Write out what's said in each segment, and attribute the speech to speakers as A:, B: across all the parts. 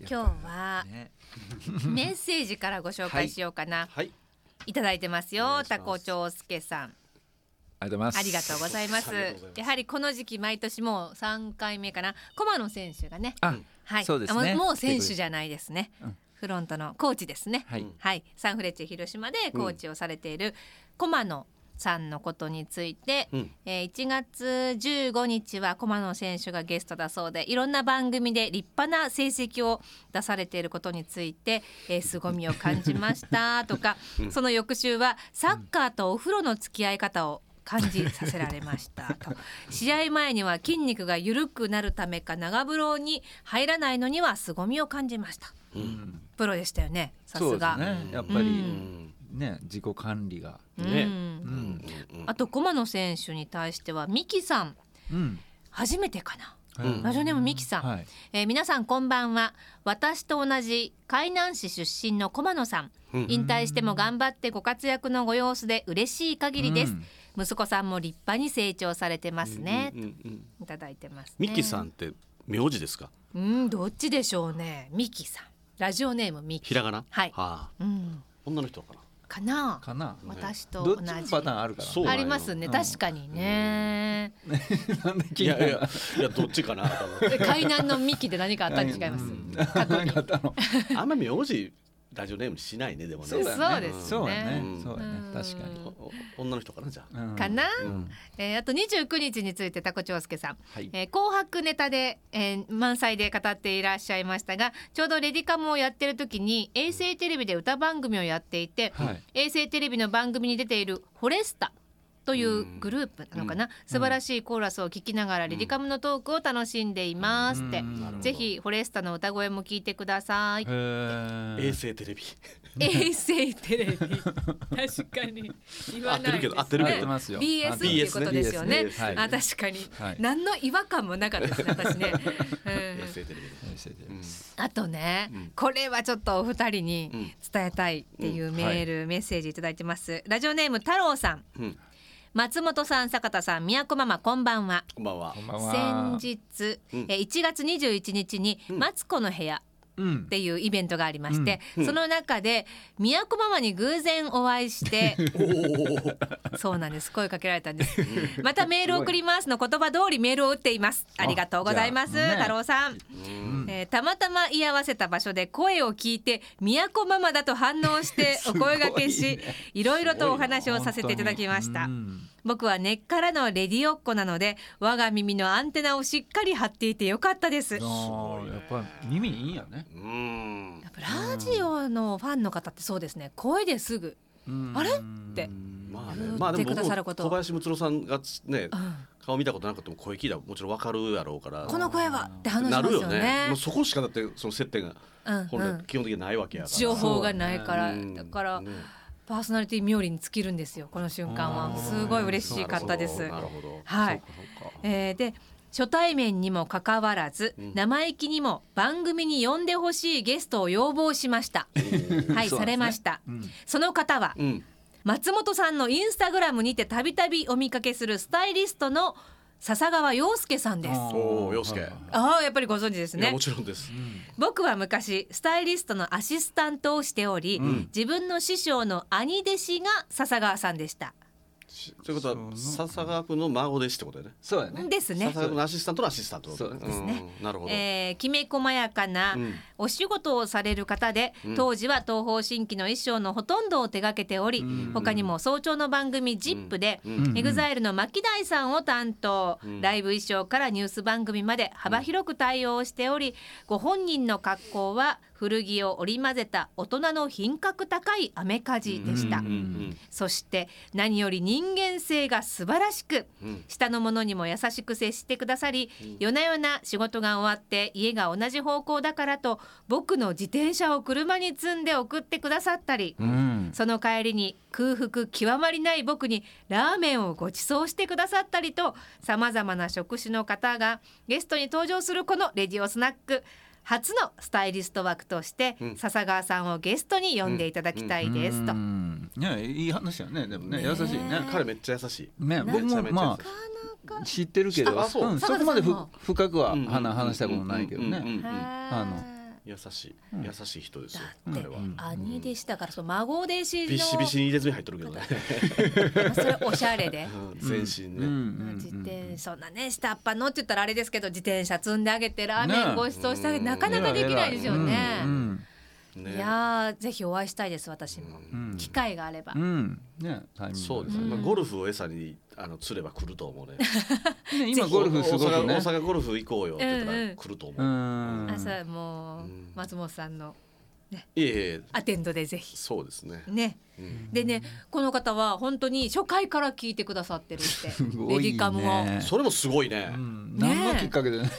A: 今日は
B: ね、
A: メッセージからご紹介しようかな、い、
C: はい。
A: ただいてます
C: お願
A: よ
C: いしま
A: タ
C: す
A: コ長介さん
B: ありがとうございます
A: ありがとうございます
C: ありがとうございます
A: やはりこの時期毎年もう三回目かな駒野選手がね
B: あ
A: はい
B: そうですね
A: あもうもう選手じゃないですね、
B: うん
A: フロントのコーチですね
B: はい、
A: はい、サンフレッチェ広島でコーチをされている駒野さんのことについて、
C: うん
A: えー1月15日は駒野選手がゲストだそうでいろんな番組で立派な成績を出されていることについて、えー凄みを感じましたとか、その翌週はサッカーとお風呂の付き合い方を感じさせられましたと試合前には筋肉が緩くなるためか長風呂に入らないのには凄みを感じました
C: うん。
A: プロでしたよねさ
B: そう
A: す
B: で
A: が
B: す。ねやっぱ
A: う
C: う
B: り
C: ん。
B: ね自己管理が
A: う
C: ね
A: ん
B: う
C: うん
B: ん
C: うん
A: あと駒野選手に対してはミキさん
B: うん
A: 初めてかな、
C: うん
A: ラジオネームミキさん、
B: はい
A: えー皆さんこんばんは私と同じ海南市出身の駒野さん
C: うん
A: 引退しても頑張ってご活躍のご様子で嬉しい限りです、
B: うん
A: 息子さんも立派に成長されてますね、
C: うんうんうん
A: いただいてます、ね、
C: ミキさんって名字ですか。
A: うんどっちでしょうねミキさんラジオネームミキ
C: ひらがな。
A: はい
C: ああ。
A: うん
C: 女の人かな。
A: かな
B: かな
A: 私と
B: ど
A: 同
B: っち
A: じ
B: もパターンあるか
C: そう
A: ありますね、
B: うん
A: 確かにね、
B: ら なんで
C: い
B: 聞い
C: や
B: た
C: いや いやどっちかなと思 って。
A: え海南のミキで何かあったに違います、
B: うん
A: 過去に
B: なんかあったの
C: あんま名字ラジオネームにしないねでもね。
A: そうだねそうですね
B: そうだね
C: うん
B: そうだね
A: うん
B: 確か
C: おお女の人かなじゃあ。
B: にうん
A: かな、
C: うん
A: えーあと29日についてタコ長介さん、
B: はい
A: えー紅白ネタで、えー満載で語っていらっしゃいましたがちょうどレディカムをやってる時に衛星テレビで歌番組をやっていて、
B: はい
A: 衛星テレビの番組に出ている「フォレスタ」というグループなのかな、素晴らしいコーラスを聞きながらレディカムのトークを楽しんでいますって、
B: うんなるほど
A: ぜひ「フォレスタ」の歌声も聞いてください。
B: へー
C: 衛星テレビ。
A: 衛星テレビ確かに言わないですね
C: 合ってる
B: 合
C: けど合
B: ってますよ
A: BS
B: 合
A: っ
B: ってて
A: い
B: ま
A: う
B: す
A: ことですよね
C: BS ね
A: あ確かに、
B: はい
A: 何の違和感もなかったですね私ね、
C: 衛
A: うん
C: 星テレビ。
B: 衛星テレビです
A: あとね、
C: うん
A: これはちょっとお二人
C: う
A: に
C: ん
A: 伝えたいっていうメール、メッセージいただいてますラジオネーム太郎さん
C: うん。
A: 松本さん坂田さん宮古ママこんばんは
C: こんばんは
B: こ。んばんは
A: 先日、
C: うん
A: えー1月21日に「マツコの部屋」
B: うん
A: っていうイベントがありまして、
C: うんうん
A: その中で宮古ママに偶然お会いして
C: おお。
A: そうなんです声かけられたんですまたメールを送りますの言葉通りメールを打っていますありがとうございます、
B: じゃあね
A: 太郎さん、えーたまたま居合わせた場所で声を聞いて宮古ママだと反応してお声掛けしいろいろとお話をさせていただきました、
B: うん
A: 僕は根っからのレディオっ子なので我が耳のアンテナをしっかり張っていてよかったです
B: あーやっぱ耳いいんやね
C: うん。
A: やっぱラジオのファンの方ってそうですね声ですぐ、あれって
C: まあ
A: 言っ
C: ね
A: て、
C: まあでも
A: くだ
C: 僕
A: さ
C: も
A: ること
C: 小林睦郎さんがね
A: うん
C: 顔見たことなくても声聞いたらもちろんわかるやろうから。
A: この声はって反応し
C: な
A: ます
C: るよ
A: よ
C: ね。
A: ね
C: もうそこしかだってその接点が
A: うん
C: 本
A: う
C: 来
A: ん
C: 基本的にないわけやから。
A: 情報がないから、
C: うん
A: だから、
C: ね
A: パーソナリティ冥利に尽きるんですよこの瞬間は
B: あー
A: すごい嬉しかったで
C: な
A: す
C: る。ほど。
A: はい
C: そうかそうか
A: えーで初対面にもかかわらず、
C: うん
A: 生意気にも番組に呼んでほしいゲストを要望しました。はい、
B: そうなんですね
A: されました。
B: うん
A: その方は
C: うん。
A: 松本さんのインスタグラムにてたびたびお見かけするスタイリストの笹川陽介さんです。
B: あー
C: おー陽介
B: はいはい
A: ああ、やっぱりご存知です
C: いや
A: ね
C: も。ちろんです。
A: 僕は昔スタイリストのアシスタントをしており、
B: うん
A: 自分の師匠の兄弟子が笹川さんでした。
C: しということ
B: その
C: は笹川君の孫弟子ってことだよね。
B: そうやね
A: ですね
C: 笹。川君のアシスタントのアシスタントってことだよ
B: そうです
A: ね。
C: うんなるほど。
A: えーきめ細やかな
C: うん
A: お仕事をされる方で、
C: うん
A: 当時は東方神起の衣装のほとんどを手掛けており、
B: うん
A: 他にも早朝の番組「ZIP!」で、
C: うん
B: うん
A: エグザイルの牧大さんを担当、
C: ん
A: ライブ衣装からニュース番組まで幅広く対応しており、ご本人の格好は古着を織り交ぜた大人の品格高いアメカジでした、
C: うんうん
A: そして何より人間性が素晴らしく、
C: うん
A: 下の者にも優しく接してくださり、夜な夜な仕事が終わって家が同じ方向だからと僕の自転車を車に積んで送ってくださったり、
B: うん
A: その帰りに空腹極まりない僕にラーメンをご馳走してくださったりとさまざまな職種の方がゲストに登場するこの「レディオスナック」初のスタイリスト枠として、
C: うん
A: 笹川さんをゲストに呼んでいただきたいですと。
B: うんねいい話やねでもね優しいね
C: 彼めっちゃ優しい。
B: ね
C: め
B: 僕
C: ちゃ
B: も
C: めちゃ
B: ま
C: 優しい。
B: あ知ってるけど
C: あそう
B: うん
A: サ
B: そ
A: バ
B: こまで
A: さん
B: ふ
A: も
B: 深くは
C: うんうん
B: 話したことないけど
C: うんうんうん
B: ね
C: うん
B: あの
A: あー
C: 優しい
B: うん
C: 優しい人ですよ
A: だって
C: 彼は
B: うん
A: 兄弟子だからその孫弟子の
C: ビシビシに入れ墨入っとるけどね
A: まあそれおしゃれで
C: 全身
B: うん
C: ね
B: うんうん
A: 自転そんなね下っ端のって言ったらあれですけど自転車積んであげてラーメンご馳走してあげて
C: ね
A: なかなかできないですよね
B: う。ん
C: ね
A: いやーぜひお会いしたいです私も、
C: うん
B: うん
A: 機会があれば、
B: うんうんねタイミングが
C: そうですね
A: うん
C: まあゴルフを餌にあの釣れば来ると思うね
B: ね今ゴルフすごく
C: 大阪
B: ね
C: 大阪ゴルフ行こうよって言った
A: うんう
C: ら
A: ん
C: 来ると
B: う
C: 思うん
A: 朝もう、
C: うん
A: 松本さんの
C: いえいえ
A: アテンドでぜひ
C: そうですね
A: ね
C: うん
A: でねこの方は本当に初回から聞いてくださってるっ て
B: すごいね
A: レディカムを
C: それもすごいね
B: うん
A: ね
B: 何がきっかけでね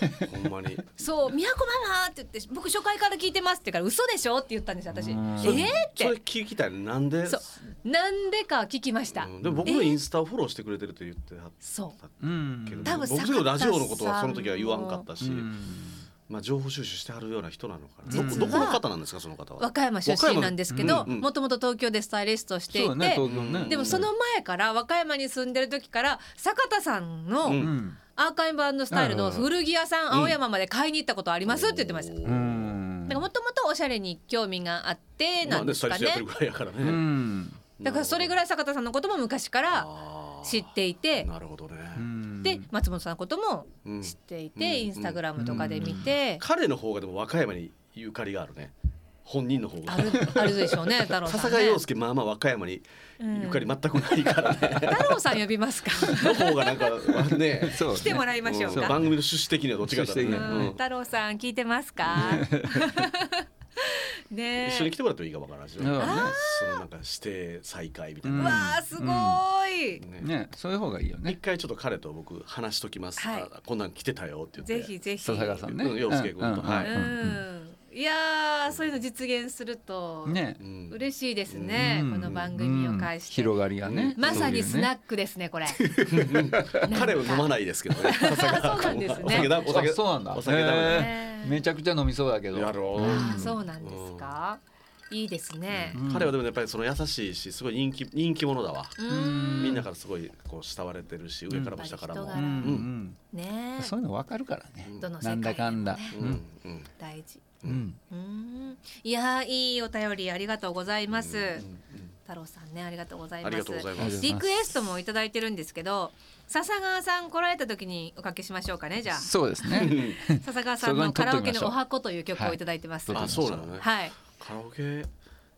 C: ほんまに
A: そう「宮古ママ」って言って「僕初回から聞いてます」って言うから「嘘でしょ?」って言ったんです私「え
B: うん
A: ー?」っ
C: それ
A: て
C: 聞きたいねなんで
A: そうなんでか聞きました、
C: うんでも僕のインスタをフォローしてくれてると言ってはっ
A: そう
B: うん
C: けど
A: 多分
C: 僕
A: 坂
C: の
A: 田
C: ラジオのことはその時は言わんかったし
B: うん
C: まあ情報収集してはるような人なのかな
A: 実は
C: どどこの方なんですかその方
A: 和
C: は
A: 歌山出身なんですけ
C: 和
A: ど
C: 歌山うんうん
A: もともと東京でスタイリストをしてい
B: そ
A: て、
B: うだね東京ね
A: でもその前から和歌山に住んでる時から坂田さんの
C: うん
A: アーカイブスタイルの古着屋さん
C: うん
A: 青山まで買いに行ったことありますって言ってました。
C: おー
B: うん
A: だからもともとおしゃれに興味があって
C: ま
A: な
C: あ
A: ん
C: ね
A: です
C: 最
A: か
C: 初やって
A: ね
C: る。ぐらいやから
B: う
C: ね
B: ん
A: だからそれぐらい坂田さんのことも昔から
C: ら
A: 知っていて、
C: なるほどね
B: うん
A: で松本さんのことも
C: うん
A: 知ってい
C: うん
A: て、インスタグラムとかで見て、
C: 彼の方がでも和歌山にゆかりがあるね本人の方が
A: あるあるでしょう ね太郎さ
C: 笹
A: んね
C: 川。陽介まあまあ和歌山にゆか
A: う
C: り
A: ん
C: 全くないからね
A: 太郎さん呼びますか。
C: の方がなんかね
B: そう
A: 来てもらいましょう
C: うん
A: か。
C: 番組の趣旨的にはどっちかだったらね
B: 趣
A: うん
C: うん
A: 太郎さん聞いてます か。ねえ。
C: 一緒に来てもらってもいいかもわからんし、
B: だからね
C: そのなんか指定再開みたい
B: うん
A: う
C: な、
A: わあすごーい。
C: ね
B: ねそういう方がいいよ
C: 一
B: ね
C: 回ちょっと彼と僕話しときます、
A: はい
C: あこんなん来てたよって言って
A: ぜひぜひ。
B: 笹川さんね
C: うん洋介君と
B: うんうん
C: は
A: う
C: い
A: ん。いやーそういうの実現すると
B: ね
C: うん
A: 嬉しいですね。
B: うん
A: この番組を介して。
B: 広がりがね
A: まさにスナ
B: ッ
A: ックですねこれ。
C: 彼は飲まないですけどね笹川君は
A: そうなんですね
C: お酒だお酒
B: そうなんだ
C: お酒だ
B: へ
A: ね
B: めちゃくちゃ飲みそうだけど
C: やろう
A: あーそうなんですか。いいですね。
B: うん
C: 彼はでもやっぱりその優しいしすごい人気人気者だわ、
A: う
B: うん
A: ん。
C: みんなからすごいこう慕われてるし上からも下からも、
A: やっ
B: う
A: ぱり
B: ん
C: う
A: ね
B: うん
A: え。
B: そういうの分かるからね
A: どの世界
B: なんだかんだ
A: でもね
C: うんうん
A: 大事。
B: うん
A: うーんいやーいいお便りありがとうございます。太郎さんねありがとうございま
C: あり
A: す
C: がとうございます
A: リクエストもいただいてるんですけど笹川さん来られた時におかけしましょうかねじゃあ
B: そうですね
A: 笹川さんのカラオケのお箱という曲をいただいてます
B: はい
A: は
C: あ
A: い、
C: そうなのね
A: はい
C: カラオケ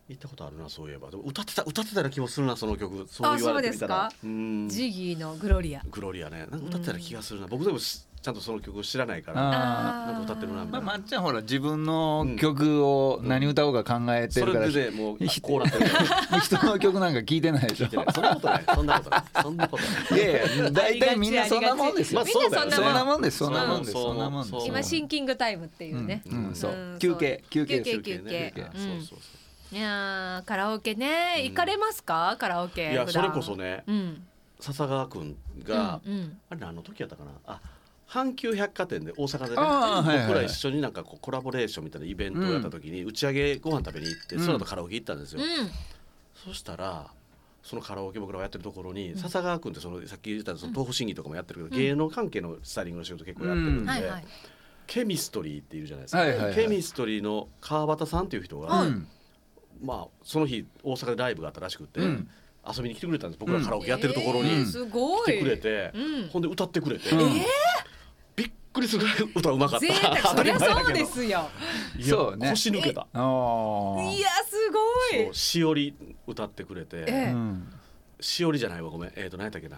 C: 行ったことあるなそういえばでも歌ってた歌ってたような気もするなその曲そう言われてみたら
A: あそうですか
C: うん
A: ジギーのグロリア
C: グロリアねなんか歌ってたような気がするな、僕でもしちゃんとその曲を知らないから
A: ー
B: あ
C: なんか歌ってるなみ
B: ー
C: た
B: ま
C: い
B: あ
C: な、
B: まっちゃんほら自分の曲を何歌おうか考えて
C: そ
B: るから
C: れでねもうこうなってる
B: 人の曲なんか聞いてないでしょ
C: いやそんなことないそんなことないそんなことない
B: いやいや大体みんなそんなもんですよ
C: まあそうだよ
A: みん
C: ね
A: なそん
B: そん
A: な
B: な
A: も
B: もんですそんなもんです
C: そう
B: そんなもんで
C: そう
B: す
A: 今シンキングタイムっていうね、
B: うんそう
A: うん
B: 休憩休憩
A: 休憩
C: 休憩ね
A: 休憩
C: あそうそうそう
A: いやーカラオケね
C: うん
A: 行かれますか、カラオケ
C: いや
A: 普
C: そ
A: 段
C: れこそね
A: うん
C: 笹川君が、
A: うんうん
C: あれ何の時やったかなあ阪急百貨店で大阪でね、
B: あーはいはいはい
C: 僕ら一緒になんかこうコラボレーションみたいなイベントをやった時に打ち上げご飯食べに行って、
B: うん
C: その後カラオケ行ったんですよ、
A: うん
C: そしたらそのカラオケ僕らがやってるところに、笹川君ってそのさっき言ったその東北審議とかもやってるけど、
A: うん
C: 芸能関係のスタイリングの仕事結構やってるんで、
B: うん
A: はいはい
C: ケミストリーっているじゃないですか、
B: はいはいはい
C: ケミストリーの川端さんっていう人が、
A: はい
B: うん
C: まあ、その日大阪でライブがあったらしくて、
B: うん
C: 遊びに来てくれたんです僕らカラオケやってるところ
A: えー
C: に
A: すご
C: 来
A: い
C: てくれて、
A: うん
C: ほんで歌ってくれて、
B: うん
A: え
C: びっくりするぐらい 歌うまかった
A: 贅沢
C: 当
A: そ
C: た
A: り
C: り
A: ゃ
C: 前や
A: そう
C: けど
A: ですよ
C: いや
B: そうね
C: 腰抜けた
B: あー
A: いやすごい
C: そうしおり歌ってくれて、
A: え
B: うん
C: しおりじゃないわごめんえっ、と何やったっけな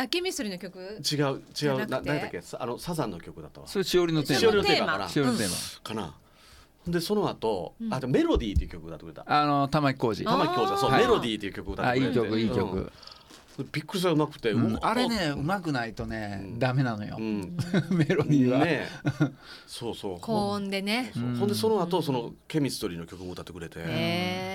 A: あケミストリーの曲
C: 違う違う
A: じゃな
C: な
A: くて
C: 何やったっけさあのサザンの曲だったわ
B: それしおりのテ
C: しおり
B: ー
C: の
B: マ
C: テーマかな
B: しおりのテーマ
C: かなほんでその後、
A: うん
C: あとメロディーっていう曲歌ってくれた
B: あの玉置浩
A: あ
B: 二
C: 玉置教授そう
B: はい
C: メロディーっていう曲歌っ
B: あ
C: てく
B: い
C: れ
B: い
C: て
B: 曲いい
C: うん
B: 曲
C: びっくりしたうまくて、
B: う
C: うんわ
B: あれねうまくないとね
C: うん
B: ダメなのよ
C: うん
B: メロディーは
C: ねそうそう
A: 高音でね
C: そう
B: うん
C: ほんでその後そのケミストリーの曲も歌ってくれて、
A: へ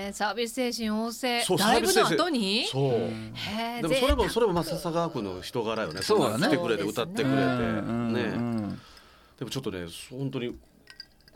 A: えサービス精神旺盛
C: そう
A: ライブ
C: サー
A: の
C: ビス精神
A: 後に
C: そう、
B: うん
A: へえ
C: でもそれも
A: 贅
C: それもまあ笹川君の人柄よね
B: そうだね
C: 来てくれて歌ってくれて、
B: うん
C: ね、
B: うん
C: でもちょっとね本当に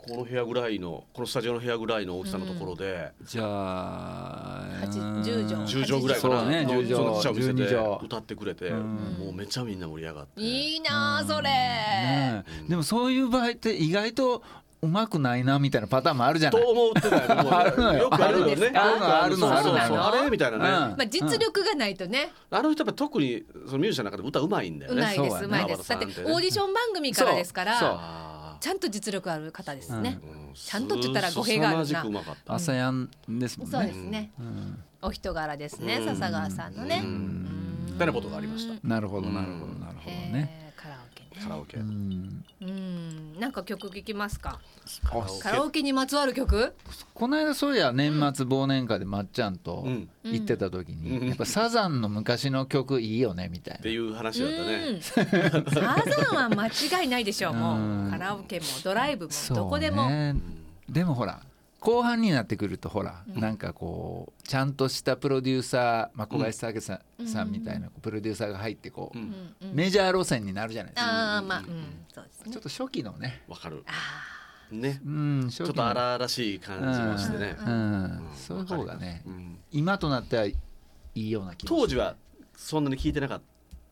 C: この部屋ぐらいのこのスタジオの部屋ぐらいの大きさのところで、
B: じゃあ
A: 八
B: うん
A: 十畳
C: 10畳ぐらいかな
B: そうね
C: の
B: 10
C: そのちっちゃいお店で
B: 12畳
C: 歌ってくれて、
B: うん
C: もうめちゃみんな盛り上がって
A: 沢いいなあそれ
B: ねえでもそういう場合って意外とうまくないなみたいなパターンもあるじゃ
C: と
B: ない。
C: 思うってないもう
B: あるのよ
C: よくあるよ
A: あ
C: ね
A: るんですか
B: あるのあるの
C: そうそうそう
A: あるの
C: あれみたいな
B: う
C: ね、
B: ん
A: まあ、実力がないとね、
C: あの人やっぱ特にそのミュージシャンの中で歌うまいんだよ
A: う
C: ね
A: まいで
B: そう
A: す、
B: や
A: う
B: な
A: まいです。だって、オ
C: 馬場さ
A: ー
C: んってね
A: ディション番組からですか
B: そう
A: ら、
C: あ
A: ちゃんと実力ある方ですね
C: ー。うん
A: ちゃんとって言ったら語弊があるな
C: 凄まじくうまかった
B: 朝やんですもんね。
A: そうですね。
B: うん
A: お人柄ですね
C: う、ん
A: 笹川さんのね
C: う。
A: うん
C: みたいなことがありました
B: なるほどなるほどなるほどね。
A: へーカラオケ
C: カラオ
A: ね。
C: ケ、
B: うん
A: うん、なんか曲聞きますか。
C: カラオケ
A: カラオケにまつわる曲。
B: この間そういや年末忘年会でまっちゃんと
C: うん
B: 行ってた時に、
C: うん
B: やっぱサザンの昔の曲いいよねみたい
C: っ
B: な
C: て。いう話だったね
A: うんサザンは間違いないでしょう。も
B: う
A: う、
B: ん
A: カラオケもドライブも
B: そうね
A: どこでも。
B: でもほら後半になってくるとほら、なんかこうちゃんとしたプロデューサー、まあ、小林武さん,、
A: うん
B: さんみたいなプロデューサーが入ってこう、
C: うん
A: うんうん
B: メジャー路線になるじゃないですか、
A: ああ、まあ、うん、そうですね
B: ちょっ。と初期のね
C: わかる
A: あ
C: ね
B: うん初
C: ちょ
B: 期
C: っ
B: の
C: と荒々しい感じもしてね
A: う、
B: うん、そういう方がね、
C: うん
B: 今となってはいいような気がする
C: 当時はそんなに聞いてなかっ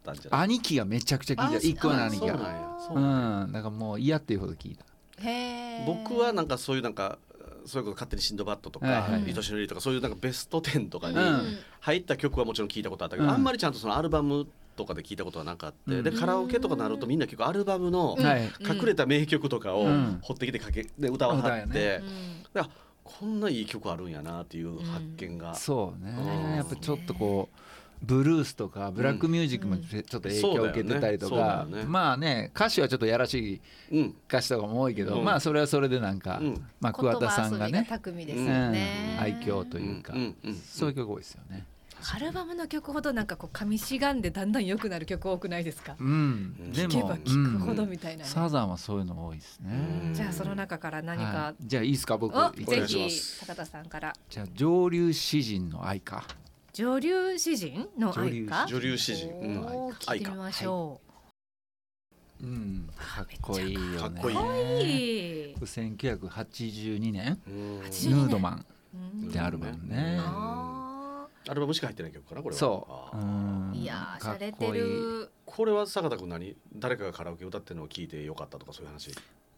C: たんじゃない
B: 兄貴がめちゃくちゃ聞いた
C: あ
B: 一個の兄貴
C: そうなん
B: が
C: やそう
B: う
C: なんや
B: んだからもう嫌っていうほど聞いた
A: あ。へえ。
C: 僕はなんかそういうなんかそういうこと勝手にシンドバッドと
B: は
C: か
B: いはい
C: 愛しのリリとかそういうなんかベスト10とかに
B: うん
C: 入った曲はもちろん聞いたことあったけど、
B: うん
C: あんまりちゃんとそのアルバムとかで聞いたことはなかった、
B: うん
C: でカラオケとかになるとみんな結構アルバムの
A: うん
B: はい
C: 隠れた名曲とかを
B: うん
C: 掘ってきてかけで歌を
B: 歌
C: 張
B: や
C: っ
B: ね
C: て、
A: うん
C: いやこんないい曲あるんやなっていう発見が、
B: そう
C: うん
B: ねやっぱちょっとこうブルースとかブラックミュージックもちょっと影響を受けてたりと
C: そうだよ
B: か、
C: ねそうだよね
B: まあね歌詞はちょっとやらしい
C: うん
B: 歌詞とかも多いけど、
C: うん
B: まあそれはそれでなんか、
C: うん
B: まあ、桑田さんが
A: 言葉遊び
B: ね
A: 巧みですよ
B: うん
A: ね、
B: 愛嬌というか、
C: うんうんうん
B: そういう曲多いですよね。
A: アルバムの曲ほどなんかこう噛みしがんでだんだん良くなる曲多くないですか
B: うん、で
A: 聞け
B: も
A: ば聞くほ
B: う
A: ど
B: ん
A: みたいなね、
B: サザンはそういうの多いですね。
C: うん
A: じゃあその中から何
B: は
A: か、
B: いじゃあいいですか僕
A: おぜ
C: お願いしま
A: ひ
C: す
A: 高田さんから
B: じゃあ上流詩人の愛か
A: 女流詩人の愛か
C: 女流詩人、うん
A: おー聞いてみましょ、
B: うんかっこいいよね
C: かっこいいうは
A: はい、い
B: 1982年
C: うん
A: 80
B: ヌードマン
A: うん
B: でアルバムね、
A: あ
C: アルバムしか入ってない曲かなこれは
B: そう、
C: あ
B: う
C: ー
B: ん
A: ーいやー
B: かっ
A: 洒落
B: こ
A: て
B: いい
A: る
C: これは坂田君何誰かがカラオケ歌ってるのを聞いてよかったとかそういう話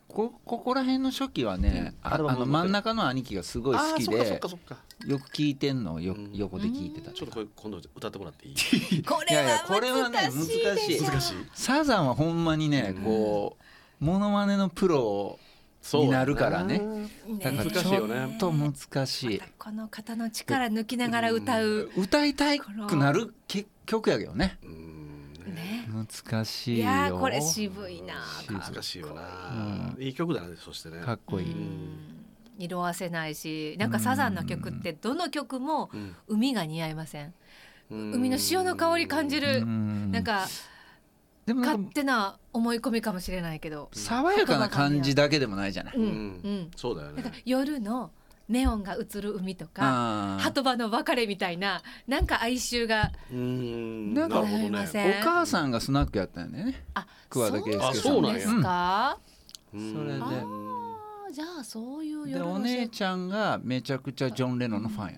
B: こここら辺の初期はね、あ
C: アルバ
B: あ
C: ム持
B: の真
C: ってる
B: ん中の兄貴がすごい好き
C: あーそ
B: で
C: っかそっかそっか
B: よく聞いてんのをよ
C: うん
B: 横で聞いてた
C: ちょっとこれ今度歌っても らっていい
A: こ
B: い
A: れ
B: やいや
A: は
B: これはね
A: 難しいでしょ
B: 難しい
C: 難しい
B: サザンはほんまにね
C: うん
B: こうモノマネのプロを
C: そう
B: になるからねだから
C: 難
B: ち
C: しいよ
B: ょ
C: ね
B: っと難しい
A: またこの方の力抜きながら歌う、
B: 歌いたいくなるけ曲やけどね
C: うん
A: ね
B: 難し
A: い
B: いよ
A: やーこれ渋いな
C: 難しいよないい曲だねそしてね
B: かっこいい、
A: うん色あせないしなんかサザンの曲ってどの曲も
C: うん
A: 海が似合いません
C: うん
A: 海の潮の香り感じる
B: うん
A: なんか
B: でもな
A: 勝
B: んか
A: 手な思い込みかもしれないけど
B: 爽やかな感じだけでもないじゃない、
A: うんう
C: うん
A: ん
C: そうだよ
A: なん
C: ね
A: か夜のネオンが映る海とか
B: あー
A: 鳩場の別れみたいななんか哀愁が
C: うん
B: なんか
C: なるほど
A: なりませ
C: ね
A: ん
B: お母さんがスナックやったんだよね
A: あ
B: 桑田佳祐さん
A: そうなんですか
C: うん
B: それで
C: うん
A: あーじゃあそういう
B: で
A: 夜の
B: お姉ちゃんがめちゃくちゃジョン・レノンのファンやっ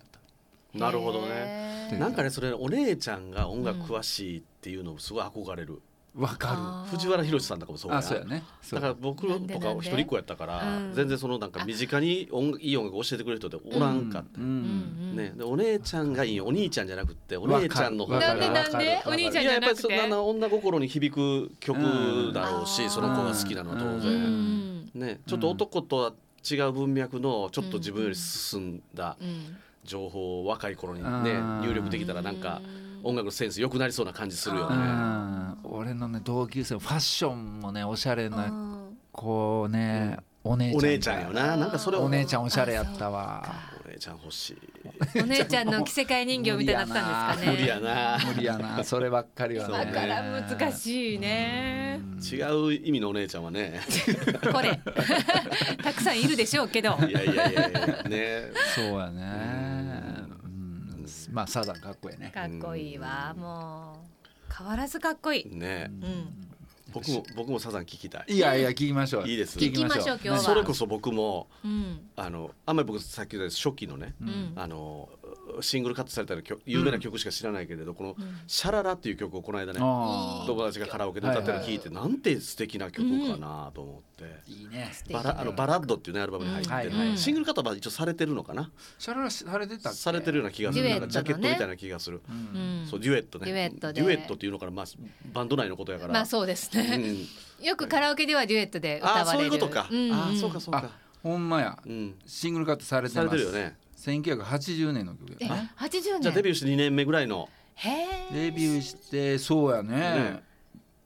B: た
C: なるほどね
A: へー
C: なんかねそれお姉ちゃんが音楽詳しいっていうのすごい憧れる
B: わか
A: あー
C: 藤原宏さんとかもそう
B: る
C: や
B: あ
C: ん
B: そうやねそ
C: だ
B: う
C: から僕
A: なんで
C: と
A: な
C: か
A: んで
C: 一人っ子やったから
A: うん
C: 全然そのなんか身近に音いい音楽を教えてくれる人っておらんかった
B: うん
A: うんうん
C: ね、でお姉ちゃんがいいお兄ちゃんじゃなくってお姉ちゃんの方
B: わ
A: な
B: か
A: ん
B: る
A: でなん
B: わかる
A: で
B: わかる
A: お兄ちゃんじ
C: いやや
A: ゃ
C: っぱ
A: な
C: り
A: く
C: そん
A: て
C: な女心に響く曲だろう
A: う
C: し
A: ん
C: その子が好きなのは当
A: う
C: 然、
A: ん
C: ね、ちょっと男とは違う文脈のちょっと自分より進んだ
A: うん
C: 情報を若い頃にね
B: うん
C: 入力できたらなんか音楽のセンス良くなりそうな感じするよ
B: う
C: ね。
B: ん俺のね同級生ファッションもねおしゃれ
A: う
B: なんこうね、お姉ちゃん
C: お
B: が
C: 姉ちゃんよななんかそれを
B: お
C: お
B: 姉
C: 姉
B: ちゃんおしゃれやったわ
C: ちゃん欲しい
A: お姉ちゃんの着せ替え人形みたいになったんですかね
C: 無理やな
B: 無理やなそればっかりはね
A: 今から難しいね
C: 違う意味のお姉ちゃんはね
A: これ たくさんいるでしょうけど
C: いやいやいやいやね
B: そうやねうんまあサザンかっこいいね
A: かっこいいわもう変わらずかっこいい、
C: ね
A: うん、
C: 僕も僕もサザン聞きたい
B: いやいや聞きましょう
C: いいです
B: 聞きましょう
A: 聞きましょう今日は
C: それこそ僕も
A: うん
C: あのあんまり僕さっき言った初期のね、
A: うん
C: あのシングルカットされたり曲有名な曲しか知らないけれど、この「シャララ」っていう曲をこの間ね
B: あ
C: 友達がカラオケで歌ってるのを聞いて、なんて素敵な曲かなと思って。
B: ーいいね
A: 素敵
C: バラあのバラッドっていうねアルバムに入って
B: う
C: る、
B: んはいはい
C: シングルカットは一応されてるのかな、
B: シャララされてたっけ
C: されてるような気がする、
A: デュエ
C: な
A: ッ
C: ん
A: トのね
C: かジャケットみたいな気がする、
B: うん
A: うん
C: そうデュエットね
A: デュエットで
C: デュエットっていうのから、まあ、バンド内のことやから、
A: まあそうです
C: う
A: ね、
C: ん
A: よくカラオケではデュエットで歌わ
C: あ
A: れ
C: あ
A: る
C: そういうことか、
A: んん
C: ああそうかそうか
B: あ、ほんまや
C: うん、
B: シングルカットされて
C: さ
B: ま
C: れ
B: す
C: てるよね
B: 1980年の曲
A: え
B: やな
A: 80年
C: じゃあデビューして2年目ぐらいの
A: へえ
B: デビューしてそうやね
C: ね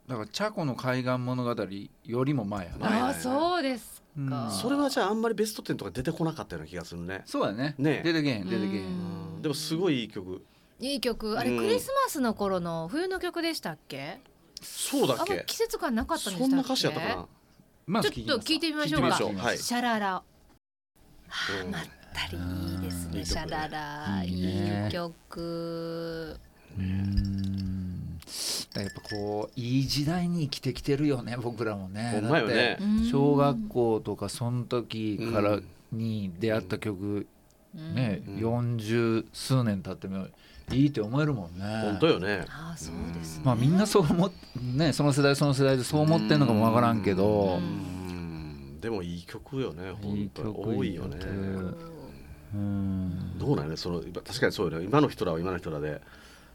B: だからチャコの海岸物語よりも前やな、
C: 前
A: ああそうです
B: う
A: か
B: ん
C: それはじゃああんまりベスト10とか出てこなかったような気がするね、
B: そうやね
C: ね
B: 出てけへん出てけへ
A: うん
B: ん
C: うんでもすごいいい曲
A: いい曲あれ
C: うん
A: クリスマスの頃の冬の曲でしたっけ
C: そうだっ
A: あんま
C: け
A: 季節感なかったんでしたっけ
C: そんな歌詞やったかな
B: まず
A: ちょっと聞いてみましょう
C: か
B: 聞いてみ
C: はい
A: シャララはあ
C: うん
A: まったりいいです
C: うんい
A: ね
C: い
A: シ
C: 曲
A: ャララ
B: いいね
A: いい曲
B: うんだからやっぱこういい時代に生きてきてるよね僕らもね
C: ほんまよね
B: だって小学校とかその時からに出会った曲、ね、
C: うん
B: 40数年経ってもいいって思えるもんね
C: 本当よね
A: ああそうですね
B: まあみんなそう思っねその世代その世代でそう思ってんのかもわからんけど
C: うんでもいい曲よね
B: いい
C: 本当に
B: 曲
C: 多いよね
B: いい曲うん
C: どうなんやねその今確かにそうよね今の人らは今の人らで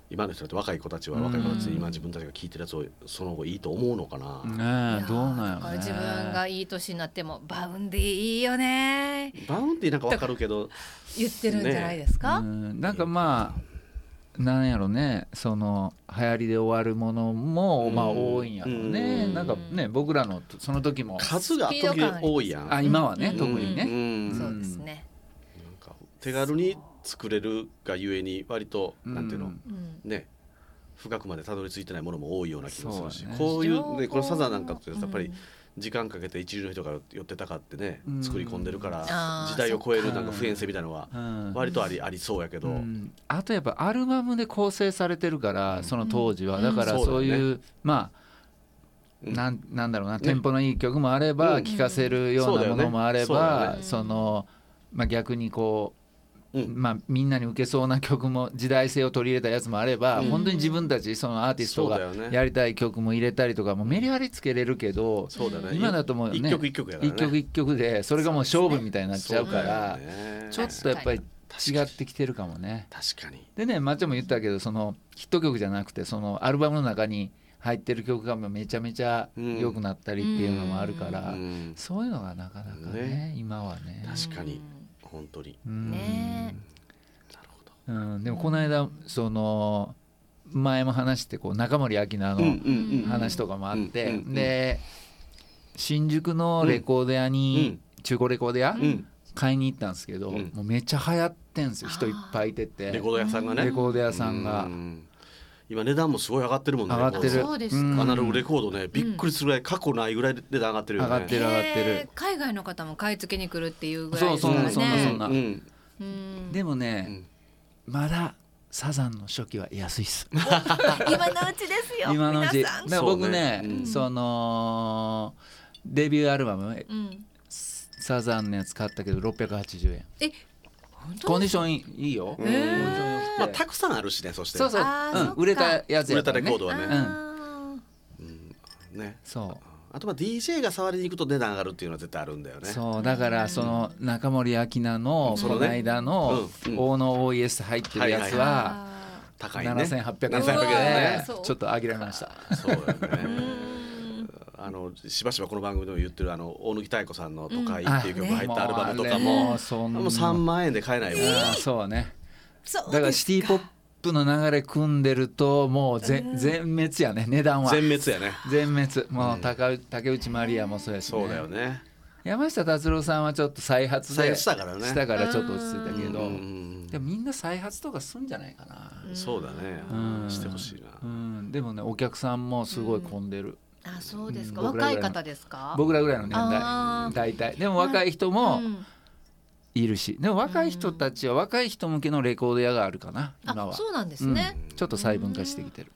C: 今の人らって若い子たちは若い子たちで今自分たちが聴いてるやつをその後いいと思うのかな、
B: ねえどうなん
A: い
B: や
A: や
B: ろ
A: ー
B: ね
A: 自分がいい年になってもバウンディいいよね
C: バウンディなんかわかるけど
A: 言ってるんじゃないですか、
B: うんなんかまあなんやろねその流行りで終わるものもまあ
C: うん
B: 多いんやろね
C: うん
B: なんかね僕らのその時も
C: 数が圧倒的に多いやん
B: あ今はね
A: うん
B: 特に
C: う
B: ね
C: ん
A: そ
C: な
A: うんですね、
C: か手軽に作れるがゆえに割となんていうの、
B: うん
A: うん、
C: ね深くまでたどり着いてないものも多いような気もするし、
B: そうね
C: こうい
A: 情
C: う、
A: 報
C: ね、このサザンなんかってやっぱ
A: う
C: り
A: ん
C: 時間かけて一流の人が寄ってたかってね、
B: うん
C: 作り込んでるから
A: あー
C: 時代を超える
B: そ
C: なん
B: っ
C: か
B: か
C: 普遍性みたいなのは
B: うん
C: 割とあり,、ありそうやけど、
B: うんあとやっぱアルバムで構成されてるから、その当時は、
A: うん
B: だから
C: うん
B: そういう
C: そ
B: まあ
C: うん
B: なんなんだろうな、
C: ね
B: テンポのいい曲もあれば
C: うん
B: 聴、かせるようなものもあれ
C: そうだよねそう
B: ば、
C: だよ
A: ね
B: その、まあ、逆にこう、
C: うん
B: まあ、みんなに受けそうな曲も時代性を取り入れたやつもあれば、
C: うん
B: 本当に自分たちそのアーティスト
C: そうだよ
B: が
C: ね
B: やりたい曲も入れたりとかもうメリハリつけれるけど、
C: そうだね
B: 今だともうね
C: 一曲一曲やからね
B: 一曲一曲でそれがもう勝負みたいになっちゃうから
C: そうだよね
B: ちょっとやっぱり違ってきてるかもね。
C: 確かに
B: でねまっちゃんも言ったけどそのヒット曲じゃなくてそのアルバムの中に入ってる曲がめちゃめちゃ良くなったりっていうのもあるから、
C: うん
B: そういうのがなかなかね
C: ね
B: 今はね。
C: 確かに本当に、
B: うん
A: ね
C: なるほど
B: うん、でもこの間その前も話してこう中森明菜
C: うんう
B: の
C: んうん
B: 話とかもあって、
C: うんうん
B: で新宿のレコード屋に、中古レコード屋、
C: うん
B: 買いに行ったんですけど、
C: うん
B: もうめっちゃ流行ってんですよ人いっぱいいてて
C: レコード屋さんがね
B: レコード屋さんが
C: うん今値段もすごい上がってるもんね
B: 上がってる
C: レコー
A: そうですか
C: ド
B: ん
C: アナログレコードねびっくりするぐらい過去ないぐらい値段上がってるよね
B: 上がってる上がってる
A: へー海外の方も買い付けに来るっていうぐらいですか
B: そ
A: ら
B: う
A: ね
B: そんなそんな
C: うん
A: うん
B: でも
C: う
B: ね、
C: ん
B: まだサザンの初期は安いっす
A: 今のうちですよ
B: 今のうち
A: 皆
B: だ
A: さん
B: から僕ね
C: そ
B: そう
C: ねうん
B: のデビューアルバム
A: うん、
B: サザンのやつ買ったけど680円
A: え本
B: コ
A: 当
B: ンデ
A: です
B: ィションいいいいよ、
C: う
B: コ
C: ん
B: ンディション良くて
C: まあたくさんあるしねそして
B: そうそう、
A: あー
B: う
A: そっ、
B: ん
A: か
B: 売れたやつ
C: 売
B: や
C: れた
B: から
C: レ
B: ね
C: コードはね
A: あ
C: うんね
B: そ
C: あとまあ DJ が触りに行くと値段上がるっていうのは絶対あるんだよ
B: う
C: ね
B: そうだからその中森明菜の
C: そ
B: こ
C: のね
B: の間の
C: うんうん
B: 大野 OES 入ってるやつ
A: ー
C: は
B: は
C: 高いね
B: 7800円で
C: 7800円ね
A: うわー
B: ちょっと諦めました
C: そうだよ
A: う
C: ね
A: ん
C: あのしばしばこの番組でも言ってるあの大貫妙子さんの「都会」っていう曲が入ったアルバムとか
B: あれ
C: も、
B: そんな
C: もう3万円で買えないよ、ね
B: あーそうね
A: そう
B: だから
A: です
B: シティ・ポップの流れ組んでるともうぜ全滅やね値段は
C: 全滅やね
B: 全滅もう高う竹内まりやもそうやし、ね、
C: そうだよね
B: 山下達郎さんはちょっと再発
C: 再
B: で
C: 発したからね
B: したからちょっと落ち着いたけど、
C: うんうん
B: でもみんな再発とかすんじゃないかな
C: うんそうだね、
B: うん
C: してほしいな、
B: うんでもねお客さんもすごい混んでる、
A: あそうですか、
B: うん僕ら
A: 若
B: ぐらい
A: い
B: の
A: 方ですか
B: 僕らぐらいの年
A: あー
B: 代大体でも若い人
A: う
B: も
A: ん
B: いるし、でも若い人たちは若い人向けのレコード屋があるかな今
A: あ
B: は
A: そうなんですね、
B: うんちょっと細分化してきてる